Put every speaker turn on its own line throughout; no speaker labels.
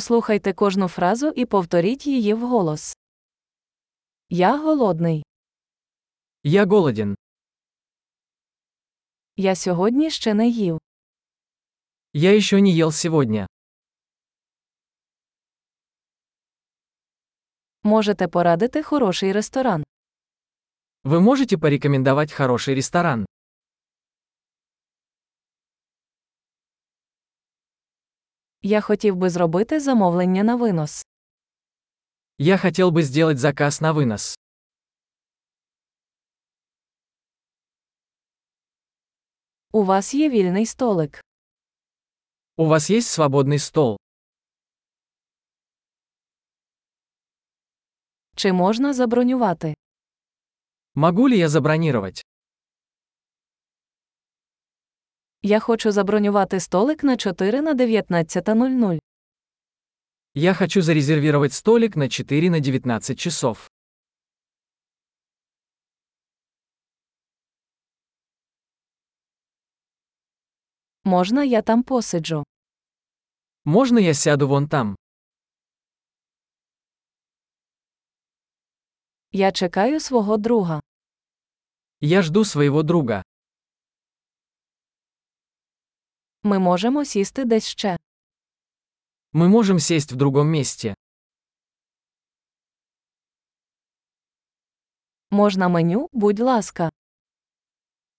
Послухайте кожну фразу і повторіть її вголос. Я голодний.
Я голоден.
Я сьогодні ще не їв.
Я еще не ел сегодня.
Можете порадити хороший ресторан.
Вы можете порекомендовать хороший ресторан?
Я хотів би зробити замовлення на винос.
Я хотел бы сделать заказ на вынос.
У вас є вільний столик.
У вас есть свободный стол?
Чи можна забронювати?
Могу ли я забронировать?
Я хочу забронювати столик на 4 на 19.00.
Я хочу зарезервировать столик на 4 на 19 часов.
Можна я там посиджу?
Можно я сяду вон там?
Я чекаю свого друга.
Я жду своего друга.
Ми можемо сісти десь ще.
Мы можем сесть в другом месте.
Можна меню, будь ласка.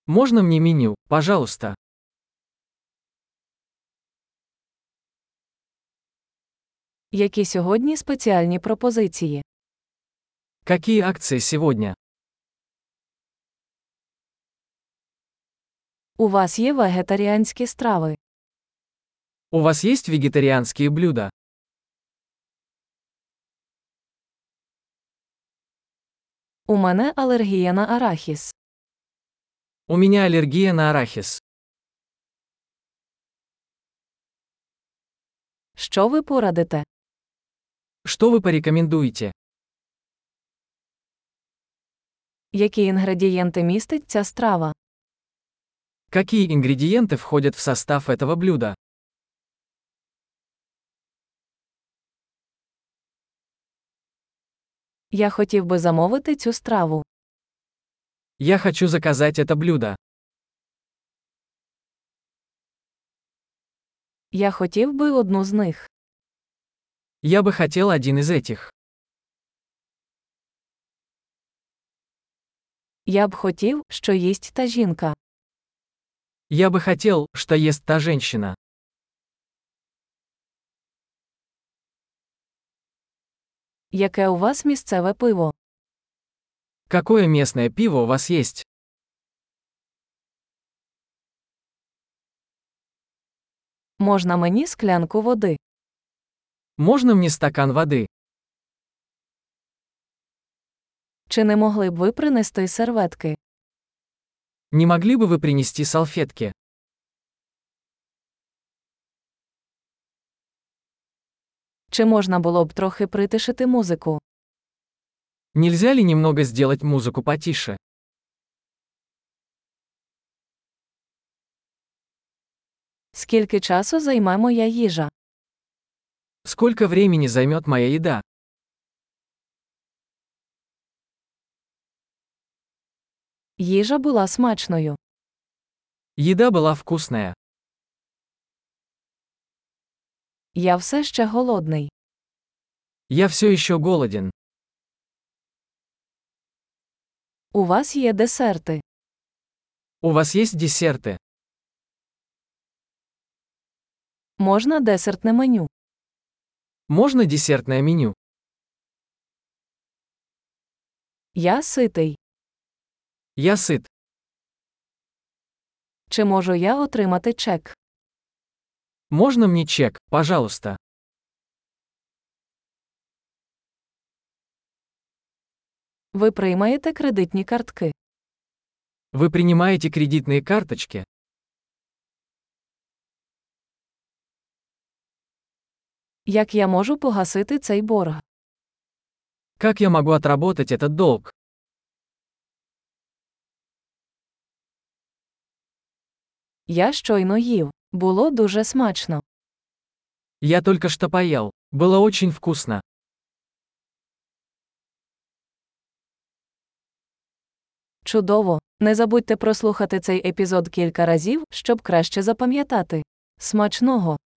Можно мне меню, пожалуйста?
Які сьогодні спеціальні пропозиції?
Какие акции сегодня?
У вас є вегетаріанські страви.
У вас есть вегетарианские блюда?
У мене алергія на арахіс.
У меня аллергия на арахис.
Що ви порадите?
Что вы порекомендуете?
Які інгредієнти містить ця страва?
Какие ингредиенты входят в состав этого блюда?
Я хотів би замовити цю страву.
Я хочу заказать это блюдо.
Я хотів би одну з них.
Я бы хотел один из этих.
Я б хотів, що їсть та жінка.
Я бы хотел, что ест та женщина.
Яке у вас місцеве пиво?
Какое местное пиво у вас есть?
Можна мені склянку води?
Можно мне стакан воды?
Чи не могли б ви принести серветки?
Не могли бы вы принести салфетки?
Чи можна було б трохи притишити музику?
Нельзя ли немного сделать музыку потише?
Скільки часу займе моя їжа?
Сколько времени займет моя еда?
Їжа була смачною.
Еда была вкусная.
Я все ще голодний.
Я все еще голоден.
У вас є десерти.
У вас есть десерты?
Можна десертне меню.
Можно десертное меню?
Я ситий.
Я сыт.
Чи можу я отримати чек?
Можно мне чек, пожалуйста?
Ви приймаєте кредитні картки.
Вы принимаете кредитные карточки?
Як я можу погасити цей борг?
Как я могу отработать этот долг?
Я щойно їв. Було дуже смачно.
Я только что поел. Было очень вкусно.
Чудово! Не забудьте прослухати цей епізод кілька разів, щоб краще запам'ятати. Смачного!